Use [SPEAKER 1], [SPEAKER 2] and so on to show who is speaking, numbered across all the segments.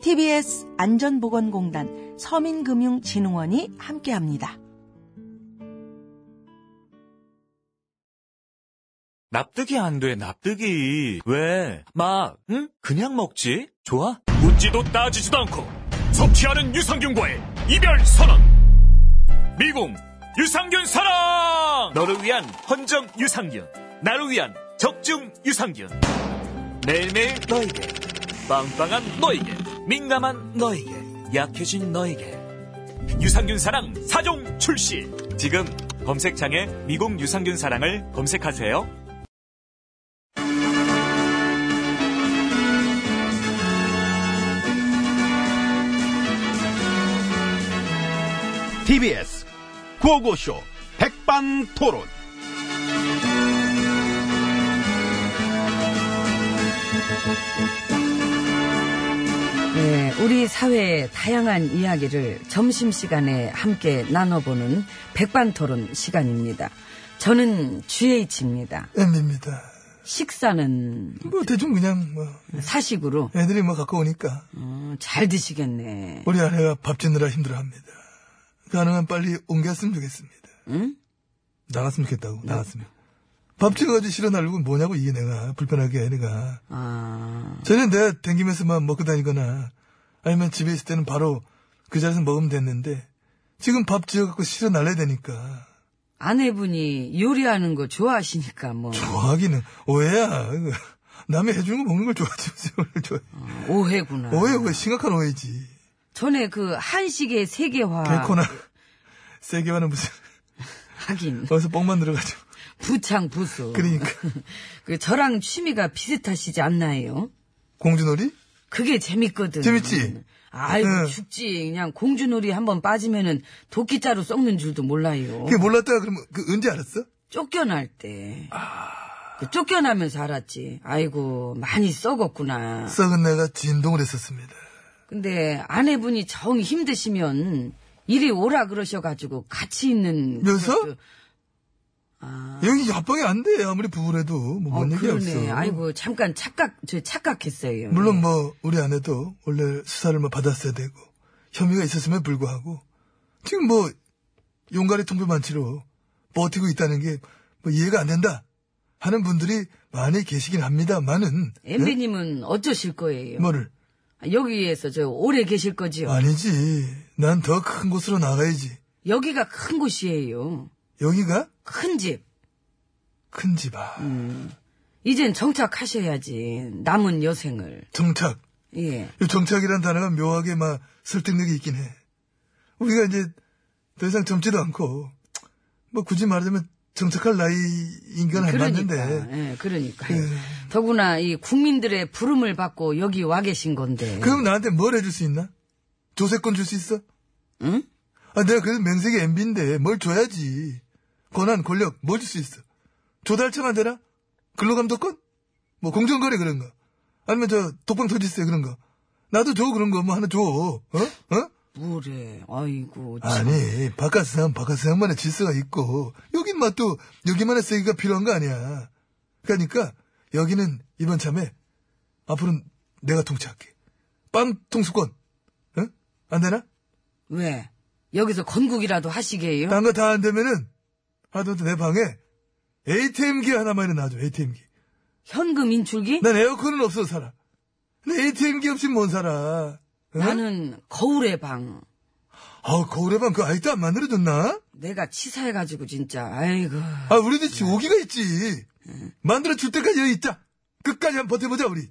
[SPEAKER 1] TBS 안전보건공단 서민금융진흥원이 함께합니다.
[SPEAKER 2] 납득이 안 돼, 납득이. 왜? 막, 응? 그냥 먹지? 좋아? 묻지도 따지지도 않고 섭취하는 유산균과의 이별 선언. 미궁 유산균 사랑! 너를 위한 헌정 유산균. 나를 위한 적중 유산균. 매일매일 너에게. 빵빵한 너에게. 민감한 너에게. 약해진 너에게. 유산균 사랑 4종 출시. 지금 검색창에 미궁 유산균 사랑을 검색하세요.
[SPEAKER 3] TBS 구호고쇼 백반토론.
[SPEAKER 4] 네, 우리 사회의 다양한 이야기를 점심시간에 함께 나눠보는 백반토론 시간입니다. 저는 GH입니다.
[SPEAKER 5] 엠비입니다.
[SPEAKER 4] 식사는
[SPEAKER 5] 뭐 대충 그냥 뭐
[SPEAKER 4] 사식으로
[SPEAKER 5] 애들이 뭐 갖고 오니까
[SPEAKER 4] 어, 잘 드시겠네.
[SPEAKER 5] 우리 아내가 밥 짓느라 힘들어합니다. 가능한 빨리 옮겼으면 좋겠습니다.
[SPEAKER 4] 응? 네.
[SPEAKER 5] 나갔으면 좋겠다고 나갔으면 밥 짓어가지고 실어 날리고 뭐냐고 이게 내가 불편하게 내가
[SPEAKER 4] 아,
[SPEAKER 5] 전에 내가 댕기면서만 먹고 다니거나 아니면 집에 있을 때는 바로 그 자리에서 먹으면 됐는데 지금 밥 지어갖고 실어 날려야 되니까
[SPEAKER 4] 아내분이 요리하는 거 좋아하시니까 뭐
[SPEAKER 5] 좋아하기는 오해야 이거. 남이 해주는 거 먹는 걸 좋아하지 오해를 좋아해
[SPEAKER 4] 오해구나.
[SPEAKER 5] 오해 오해 심각한 오해지
[SPEAKER 4] 전에 그 한식의 세계화
[SPEAKER 5] 개코나 세계화는 무슨
[SPEAKER 4] 하긴
[SPEAKER 5] 거기서 뻥만 들어가지고
[SPEAKER 4] 부창 부수.
[SPEAKER 5] 그러니까
[SPEAKER 4] 그 저랑 취미가 비슷하시지 않나요?
[SPEAKER 5] 공주놀이?
[SPEAKER 4] 그게 재밌거든.
[SPEAKER 5] 재밌지?
[SPEAKER 4] 아이고
[SPEAKER 5] 응.
[SPEAKER 4] 죽지. 그냥 공주놀이 한번 빠지면은 도끼자루 썩는 줄도 몰라요.
[SPEAKER 5] 그게 몰랐다가 그러면 그 언제 알았어?
[SPEAKER 4] 쫓겨날 때.
[SPEAKER 5] 아.
[SPEAKER 4] 그 쫓겨나면서 알았지. 아이고 많이 썩었구나.
[SPEAKER 5] 썩은 내가 진동을 했었습니다.
[SPEAKER 4] 근데 아내분이 정 힘드시면 이리 오라 그러셔가지고 같이 있는.
[SPEAKER 5] 녀석?
[SPEAKER 4] 그- 아,
[SPEAKER 5] 여기 협박이 안 돼. 아무리 부부래도
[SPEAKER 4] 어,
[SPEAKER 5] 뭐뭔 얘기 없어.
[SPEAKER 4] 그러네. 아이고 잠깐 착각, 저 착각했어요.
[SPEAKER 5] 물론 뭐 우리 아내도 원래 수사를 뭐 받았어야 되고 혐의가 있었음에 불구하고 지금 뭐 용가리 통보 만치로 버티고 있다는 게 뭐 이해가 안 된다 하는 분들이 많이 계시긴 합니다만은 네?
[SPEAKER 4] 엠비님은 어쩌실 거예요?
[SPEAKER 5] 뭐를
[SPEAKER 4] 여기에서 저 오래 계실 거지요?
[SPEAKER 5] 아니지. 난 더 큰 곳으로 나가야지.
[SPEAKER 4] 여기가 큰 곳이에요.
[SPEAKER 5] 여기가
[SPEAKER 4] 큰 집.
[SPEAKER 5] 큰 집아.
[SPEAKER 4] 이젠 정착하셔야지. 남은 여생을.
[SPEAKER 5] 정착.
[SPEAKER 4] 예.
[SPEAKER 5] 이 정착이란 단어가 묘하게 막 설득력이 있긴 해. 우리가 이제 더 이상 젊지도 않고, 뭐 굳이 말하자면 정착할 나이인 건 알맞는데.
[SPEAKER 4] 그러니까. 예, 그러니까. 더구나 이 국민들의 부름을 받고 여기 와 계신 건데.
[SPEAKER 5] 음. 그럼 나한테 뭘 해줄 수 있나? 조세권 줄 수 있어?
[SPEAKER 4] 응?
[SPEAKER 5] 아, 내가 그래도 맹세기 MB인데 뭘 줘야지. 권한, 권력, 뭐 줄 수 있어? 조달청 안 되나? 근로감독권? 뭐 공정거래 그런 거. 아니면 저 독방 터지세 그런 거. 나도 줘 그런 거 뭐 하나 줘. 어? 어?
[SPEAKER 4] 그래. 아이고. 참.
[SPEAKER 5] 아니, 바깥 사람, 바깥 사람만의 질서가 있고, 여긴 맛도 여기만의 세기가 필요한 거 아니야. 그러니까, 여기는 이번 참에, 앞으로는 내가 통치할게. 빵 통수권. 응? 안 되나?
[SPEAKER 4] 왜? 여기서 건국이라도 하시게요?
[SPEAKER 5] 딴 거 다 안 되면은, 하더라도 내 방에 ATM기 하나만이나 놔줘, ATM기.
[SPEAKER 4] 현금 인출기?
[SPEAKER 5] 난 에어컨은 없어 서 살아. 근데 ATM기 없이 못 살아. 응?
[SPEAKER 4] 나는 거울의 방.
[SPEAKER 5] 아, 거울의 방그 아직도 안 만들어줬나?
[SPEAKER 4] 내가 치사해가지고 진짜. 아이고.
[SPEAKER 5] 아, 우리도 지금 오기가 있지. 만들어줄 때까지 여기 있자. 끝까지 한번 버텨보자, 우리.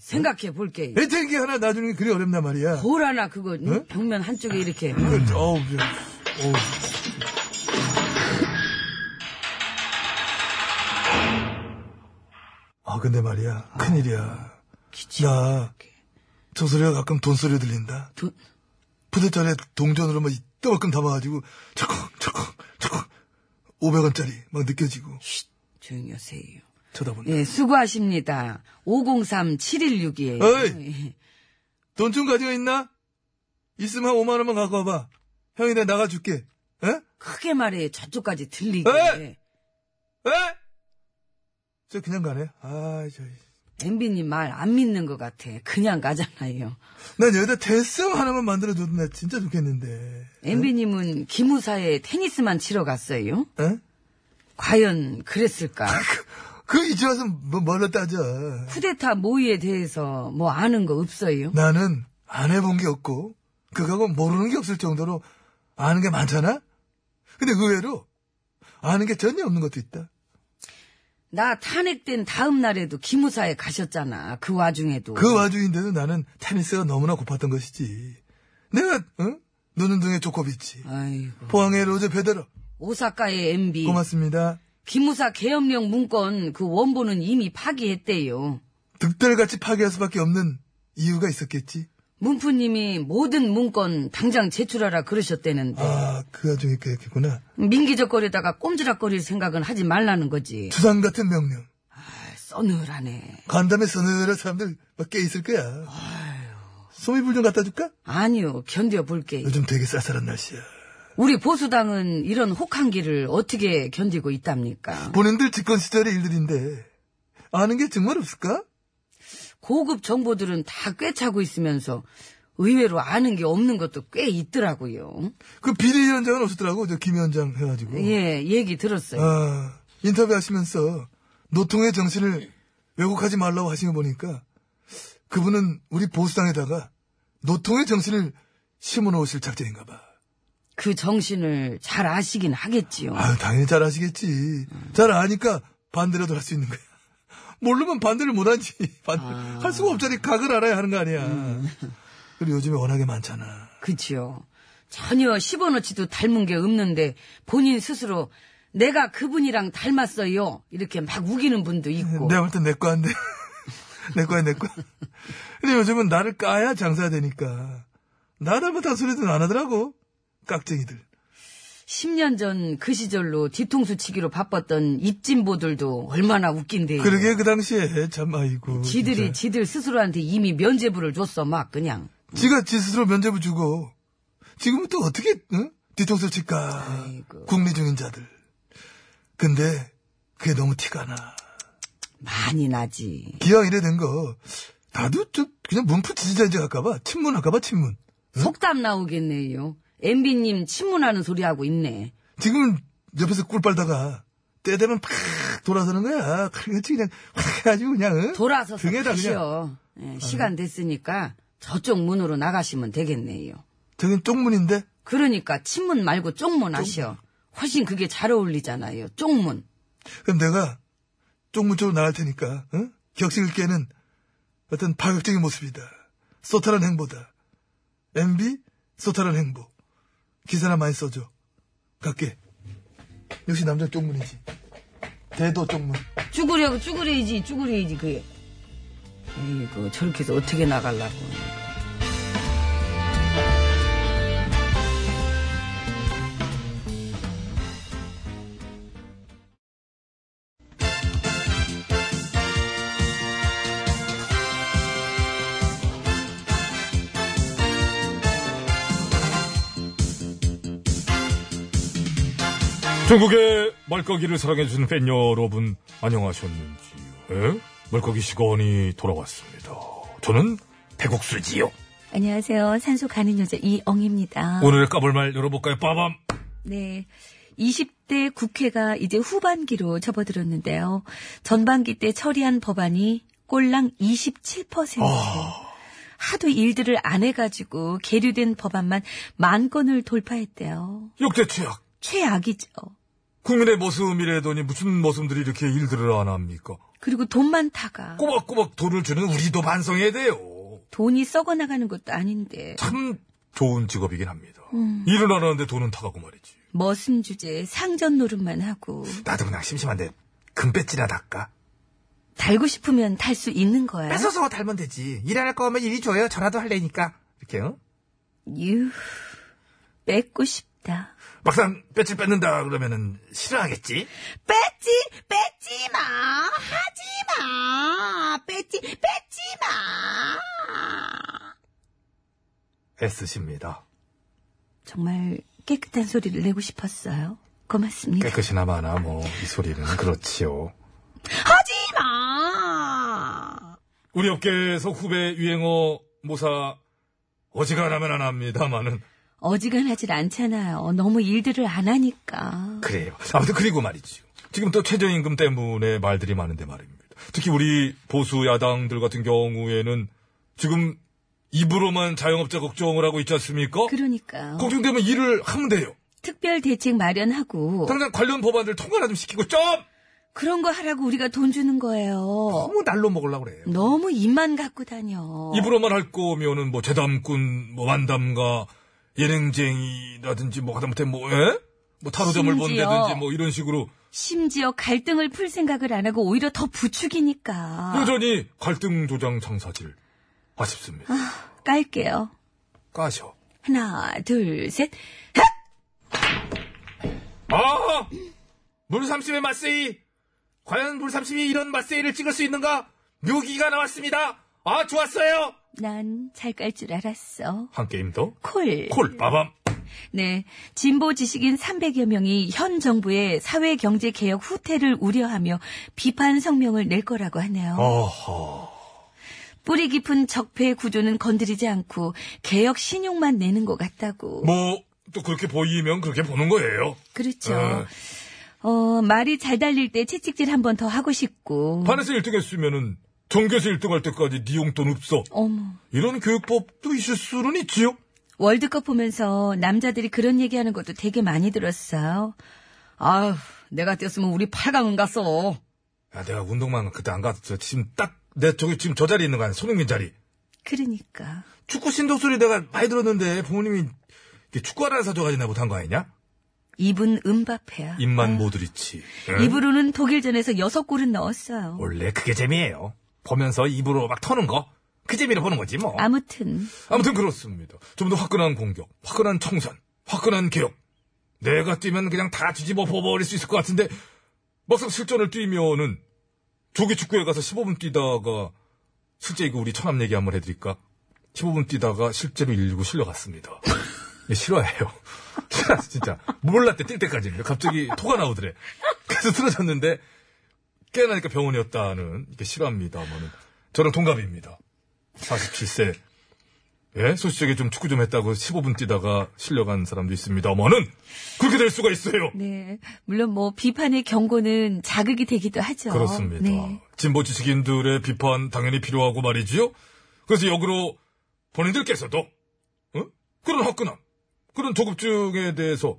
[SPEAKER 4] 생각해 볼게.
[SPEAKER 5] ATM기 하나 놔주는 게 그리 어렵나 말이야.
[SPEAKER 4] 거울 하나 그거
[SPEAKER 5] 네?
[SPEAKER 4] 벽면 한쪽에 이렇게.
[SPEAKER 5] 어우, 저, 어우. 아, 근데 말이야. 큰일이야. 나, 저 소리가 가끔 돈 소리 들린다.
[SPEAKER 4] 돈?
[SPEAKER 5] 부대절에 동전으로 막 이따만큼 담아가지고, 철컹, 철컹, 철컹. 500원짜리 막 느껴지고,
[SPEAKER 4] 조용히 하세요.
[SPEAKER 5] 쳐다본다.
[SPEAKER 4] 예, 수고하십니다. 503-716이에요. 예.
[SPEAKER 5] 어이! 돈 좀 가지고 있나? 있으면 한 5만원만 갖고 와봐. 형이 내가 나가줄게. 에?
[SPEAKER 4] 크게 말해. 저쪽까지 들리게.
[SPEAKER 5] 에이! 에? 저 그냥 가네. 아, 저.
[SPEAKER 4] 엠비님 말 안 믿는 것 같아. 그냥 가잖아요.
[SPEAKER 5] 난 여기다 대성 하나만 만들어줘도 나 진짜 좋겠는데.
[SPEAKER 4] 엠비님은 기무사에 테니스만 치러 갔어요.
[SPEAKER 5] 에?
[SPEAKER 4] 과연 그랬을까?
[SPEAKER 5] 그 이제 와서 뭐, 뭘로 따져.
[SPEAKER 4] 쿠데타 모의에 대해서 뭐 아는 거 없어요?
[SPEAKER 5] 나는 안 해본 게 없고, 그거하고 모르는 게 없을 정도로 아는 게 많잖아? 근데 그 의외로 아는 게 전혀 없는 것도 있다.
[SPEAKER 4] 나 탄핵된 다음 날에도 기무사에 가셨잖아. 그 와중에도.
[SPEAKER 5] 그 와중인데도 나는 테니스가 너무나 고팠던 것이지. 내가, 응? 노는동의 조코비치.
[SPEAKER 4] 아이고.
[SPEAKER 5] 포항의 로제 페데러.
[SPEAKER 4] 오사카의 MB.
[SPEAKER 5] 고맙습니다.
[SPEAKER 4] 기무사 계엄령 문건 그 원본은 이미 파기했대요.
[SPEAKER 5] 득달같이 파괴할 수밖에 없는 이유가 있었겠지.
[SPEAKER 4] 문프님이 모든 문건 당장 제출하라 그러셨대는데
[SPEAKER 5] 아, 그 와중에 그랬겠구나.
[SPEAKER 4] 민기적거리다가 꼼지락거릴 생각은 하지 말라는 거지.
[SPEAKER 5] 주상 같은 명령.
[SPEAKER 4] 아, 써늘하네.
[SPEAKER 5] 간담회 서늘한 사람들 막 깨 있을 거야. 소미불 좀 갖다 줄까?
[SPEAKER 4] 아니요, 견뎌볼게.
[SPEAKER 5] 요즘 되게 쌀쌀한 날씨야.
[SPEAKER 4] 우리 보수당은 이런 혹한기를 어떻게 견디고 있답니까?
[SPEAKER 5] 본인들 집권 시절의 일들인데 아는 게 정말 없을까?
[SPEAKER 4] 고급 정보들은 다 꿰차고 있으면서 의외로 아는 게 없는 것도 꽤 있더라고요.
[SPEAKER 5] 그 비대위원장은 없었더라고 저 김위원장 해가지고.
[SPEAKER 4] 예, 얘기 들었어요.
[SPEAKER 5] 아, 인터뷰하시면서 노통의 정신을 왜곡하지 말라고 하신 거 보니까 그분은 우리 보수당에다가 노통의 정신을 심어 놓으실 작정인가 봐.
[SPEAKER 4] 그 정신을 잘 아시긴 하겠지요.
[SPEAKER 5] 아유, 당연히 잘 아시겠지. 잘 아니까 반대라도 할 수 있는 거야. 모르면 반대를 못 하지. 반대,
[SPEAKER 4] 아.
[SPEAKER 5] 할 수가 없자니 각을 알아야 하는 거 아니야. 그리고 요즘에 워낙에 많잖아.
[SPEAKER 4] 그치요. 전혀 10원어치도 닮은 게 없는데 본인 스스로 내가 그분이랑 닮았어요. 이렇게 막 우기는 분도 있고.
[SPEAKER 5] 내가 볼 땐 내 거한데. 내 거야, 내 거야. 근데 요즘은 나를 까야 장사되니까. 나를 못한 소리도 안 하더라고. 깍쟁이들.
[SPEAKER 4] 10년 전 그 시절로 뒤통수 치기로 바빴던 입진보들도 얼마나 웃긴데요.
[SPEAKER 5] 그러게 그 당시에 참 아이고.
[SPEAKER 4] 예. 지들이 지들 스스로한테 이미 면제부를 줬어 막 그냥.
[SPEAKER 5] 지... 가지 스스로 면제부 주고 지금은 또 어떻게 응? 뒤통수 를 칠까
[SPEAKER 4] 아이고.
[SPEAKER 5] 국리 중인 자들. 근데 그게 너무 티가 나.
[SPEAKER 4] 많이 나지.
[SPEAKER 5] 기왕 이래 된 거 나도 좀 그냥 문프 지지자인지 할까봐 친문 할까봐 친문.
[SPEAKER 4] 속담 나오겠네요. 엠비님 친문하는 소리 하고 있네.
[SPEAKER 5] 지금은 옆에서 꿀 빨다가 때 되면 팍 돌아서는 거야. 그렇지 그냥 확 해가지고 그냥 응?
[SPEAKER 4] 돌아서서
[SPEAKER 5] 등에다 그냥.
[SPEAKER 4] 가시오. 예, 시간 됐으니까 저쪽 문으로 나가시면 되겠네요.
[SPEAKER 5] 저긴 쪽문인데
[SPEAKER 4] 그러니까 친문 말고 쪽문 하시오. 훨씬 그게 잘 어울리잖아요. 쪽문.
[SPEAKER 5] 그럼 내가 쪽문 쪽으로 나갈 테니까 응? 격식을 깨는 어떤 파격적인 모습이다. 소탈한 행보다. MB 소탈한 행보. 기사나 많이 써줘. 갈게. 역시 남자 쪽문이지. 대도 쪽문.
[SPEAKER 4] 쭈그려고 쭈그려야지 쭈그려야지 그게. 에이구 저렇게 해서 어떻게 나가려고.
[SPEAKER 5] 전국의 말까기를 사랑해주신 팬 여러분, 안녕하셨는지요? 예? 말까기 시간이 돌아왔습니다. 저는 배국수지요.
[SPEAKER 6] 안녕하세요. 산소 가는 여자 이엉입니다.
[SPEAKER 5] 오늘의 까불말 열어볼까요? 빠밤!
[SPEAKER 6] 네. 20대 국회가 이제 후반기로 접어들었는데요. 전반기 때 처리한 법안이 꼴랑 27%. 하도 일들을 안 해가지고 계류된 법안만 만 건을 돌파했대요.
[SPEAKER 5] 역대 최악.
[SPEAKER 6] 최악이죠.
[SPEAKER 5] 국민의 모습이라더니 무슨 모습들이 이렇게 일들을 안 합니까?
[SPEAKER 6] 그리고 돈만 타가
[SPEAKER 5] 꼬박꼬박 돈을 주는 우리도 반성해야 돼요.
[SPEAKER 6] 돈이 썩어나가는 것도 아닌데
[SPEAKER 5] 참 좋은 직업이긴 합니다. 일은 안 하는데 돈은 타가고 말이지.
[SPEAKER 6] 머슴 주제에 상전 노릇만 하고
[SPEAKER 5] 나도 그냥 심심한데 금배지나 닦아.
[SPEAKER 6] 달고 싶으면 달 수 있는 거야.
[SPEAKER 5] 뺏어서 달면 되지. 일 안 할 거면 일이 줘요. 전화도 할래니까. 이렇게 요
[SPEAKER 6] 유, 뺏고 싶다.
[SPEAKER 5] 막상 뼈칠 뺏는다 그러면은 싫어하겠지?
[SPEAKER 6] 뺏지, 뺏지 마, 하지 마, 뺏지, 뺏지 마.
[SPEAKER 5] 애쓰십니다.
[SPEAKER 6] 정말 깨끗한 소리를 내고 싶었어요. 고맙습니다.
[SPEAKER 5] 깨끗이나마나 뭐 이 소리는 그렇지요.
[SPEAKER 6] 하지 마.
[SPEAKER 5] 우리 업계에서 후배 유행어 모사 어지간하면 안 합니다만은
[SPEAKER 6] 어지간하질 않잖아요. 너무 일들을 안 하니까.
[SPEAKER 5] 그래요. 아무튼 그리고 말이죠. 지금 또 최저임금 때문에 말들이 많은데 말입니다. 특히 우리 보수 야당들 같은 경우에는 지금 입으로만 자영업자 걱정을 하고 있지 않습니까?
[SPEAKER 6] 그러니까요.
[SPEAKER 5] 걱정되면 일을 하면 돼요.
[SPEAKER 6] 특별 대책 마련하고
[SPEAKER 5] 당장 관련 법안들 통과나 좀 시키고 좀
[SPEAKER 6] 그런 거 하라고 우리가 돈 주는 거예요.
[SPEAKER 5] 너무 날로 먹으려고 그래요.
[SPEAKER 6] 너무 입만 갖고 다녀.
[SPEAKER 5] 입으로만 할 거면은 뭐 재담꾼, 뭐 완담가, 예능쟁이라든지 뭐 하다못해 뭐 예? 뭐 타로점을
[SPEAKER 6] 심지어.
[SPEAKER 5] 본다든지 뭐 이런 식으로
[SPEAKER 6] 심지어 갈등을 풀 생각을 안 하고 오히려 더 부추기니까.
[SPEAKER 5] 여전히 갈등 조장 장사질 아쉽습니다.
[SPEAKER 6] 깔게요.
[SPEAKER 5] 아. 까셔.
[SPEAKER 6] 하나, 둘, 셋.
[SPEAKER 5] 아! 물삼십의 맛세이! 과연 물삼십이 이런 맛세이를 찍을 수 있는가? 묘기가 나왔습니다! 아, 좋았어요!
[SPEAKER 6] 난 잘 깔 줄 알았어.
[SPEAKER 5] 한 게임 더?
[SPEAKER 6] 콜.
[SPEAKER 5] 콜, 빠밤!
[SPEAKER 6] 네. 진보 지식인 300여 명이 현 정부의 사회 경제 개혁 후퇴를 우려하며 비판 성명을 낼 거라고 하네요.
[SPEAKER 5] 어. 어허.
[SPEAKER 6] 뿌리 깊은 적폐 구조는 건드리지 않고 개혁 신용만 내는 것 같다고.
[SPEAKER 5] 뭐, 또 그렇게 보이면 그렇게 보는 거예요.
[SPEAKER 6] 그렇죠.
[SPEAKER 5] 네.
[SPEAKER 6] 어, 말이 잘 달릴 때 채찍질 한 번 더 하고 싶고.
[SPEAKER 5] 반에서 1등 했으면은, 전교에서 1등 할 때까지 니 용돈 없어.
[SPEAKER 6] 어머.
[SPEAKER 5] 이런 교육법도 있을 수는 있지요?
[SPEAKER 6] 월드컵 보면서 남자들이 그런 얘기하는 것도 되게 많이 들었어요.
[SPEAKER 7] 아휴, 내가 뛰었으면 우리 8강은 갔어.
[SPEAKER 5] 야, 내가 운동만 그때 안 갔어. 지금 딱, 내 저기 지금 저 자리 있는 거 아니야? 손흥민 자리.
[SPEAKER 6] 그러니까.
[SPEAKER 5] 축구 신동 소리 내가 많이 들었는데 부모님이 이게 축구 하나 사줘가지고 나 못한 거 아니냐?
[SPEAKER 6] 입은 음바페야. 네.
[SPEAKER 5] 입만 모드리치.
[SPEAKER 6] 입으로는 독일전에서 여섯 골은 넣었어요.
[SPEAKER 5] 원래 그게 재미예요. 보면서 입으로 막 터는 거. 그 재미로 보는 거지 뭐.
[SPEAKER 6] 아무튼
[SPEAKER 5] 아무튼 그렇습니다. 좀 더 화끈한 공격, 화끈한 청산, 화끈한 개혁. 내가 뛰면 그냥 다 뒤집어 버버릴 수 있을 것 같은데 막상 실전을 뛰면은 조기 축구에 가서 15분 뛰다가 실제 이거 우리 천암 얘기 한번 해드릴까? 15분 뛰다가 실제로 119 실려갔습니다. 예, 싫어해요. 싫어 진짜 몰랐대 뛸 때까지 갑자기 토가 나오더래. 그래서 틀어졌는데 깨어나니까 병원이었다는 이렇게 싫어합니다만은 저랑 동갑입니다. 47세 예, 소시적에 좀 축구 좀 했다고 15분 뛰다가 실려간 사람도 있습니다만은 그렇게 될 수가 있어요.
[SPEAKER 6] 네 물론 뭐 비판의 경고는 자극이 되기도 하죠.
[SPEAKER 5] 그렇습니다.
[SPEAKER 6] 네.
[SPEAKER 5] 진보 지식인들의 비판 당연히 필요하고 말이지요. 그래서 역으로 본인들께서도 어? 그런 화끈함, 그런 조급증에 대해서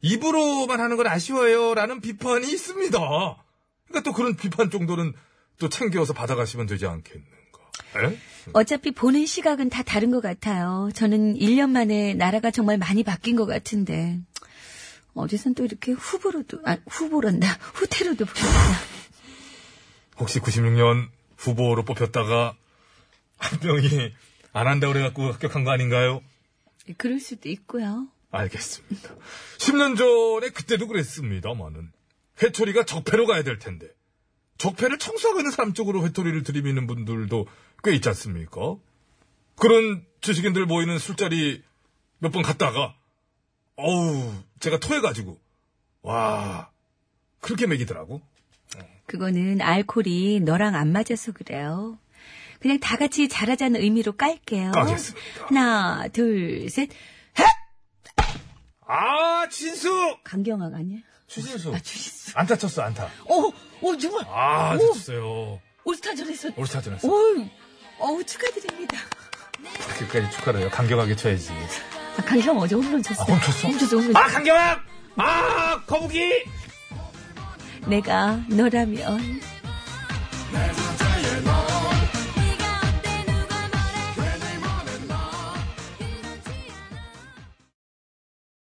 [SPEAKER 5] 입으로만 하는 건 아쉬워요라는 비판이 있습니다. 그러니까 또 그런 비판 정도는 또 챙겨서 받아가시면 되지 않겠는가? 예?
[SPEAKER 6] 어차피 보는 시각은 다 다른 것 같아요. 저는 1년 만에 나라가 정말 많이 바뀐 것 같은데 어디선 또 이렇게 후보로도 아 후보란다 후퇴로도 보겠다.
[SPEAKER 5] 혹시 96년 후보로 뽑혔다가 한 명이 안 한다고 그래갖고 합격한 거 아닌가요?
[SPEAKER 6] 그럴 수도 있고요.
[SPEAKER 5] 알겠습니다. 10년 전에 그때도 그랬습니다만은 회초리가 적폐로 가야 될 텐데 적폐를 청소하고 있는 사람 쪽으로 회초리를 들이미는 분들도 꽤 있지 않습니까? 그런 지식인들 모이는 술자리 몇 번 갔다가 어우 제가 토해가지고 와, 그렇게 먹이더라고.
[SPEAKER 6] 그거는 알콜이 너랑 안 맞아서 그래요. 그냥 다 같이 잘하자는 의미로 깔게요.
[SPEAKER 5] 알겠습니다.
[SPEAKER 6] 하나, 둘, 셋.
[SPEAKER 5] 아, 진수!
[SPEAKER 6] 강경학 아니야?
[SPEAKER 5] 추진수. 안타 쳤어, 안타.
[SPEAKER 6] 오, 오, 정말.
[SPEAKER 5] 어. 아,
[SPEAKER 6] 오,
[SPEAKER 5] 됐어요.
[SPEAKER 6] 올스타전에서.
[SPEAKER 5] 올스타전에서.
[SPEAKER 6] 오, 어우, 축하드립니다.
[SPEAKER 5] 그까지 축하를 해요. 강경하게 쳐야지.
[SPEAKER 6] 아, 강경 어제 홈런 쳤어.
[SPEAKER 5] 홈런 쳤어?
[SPEAKER 6] 홈런 홈런
[SPEAKER 5] 아, 강경함! 아, 거북이!
[SPEAKER 6] 내가 너라면.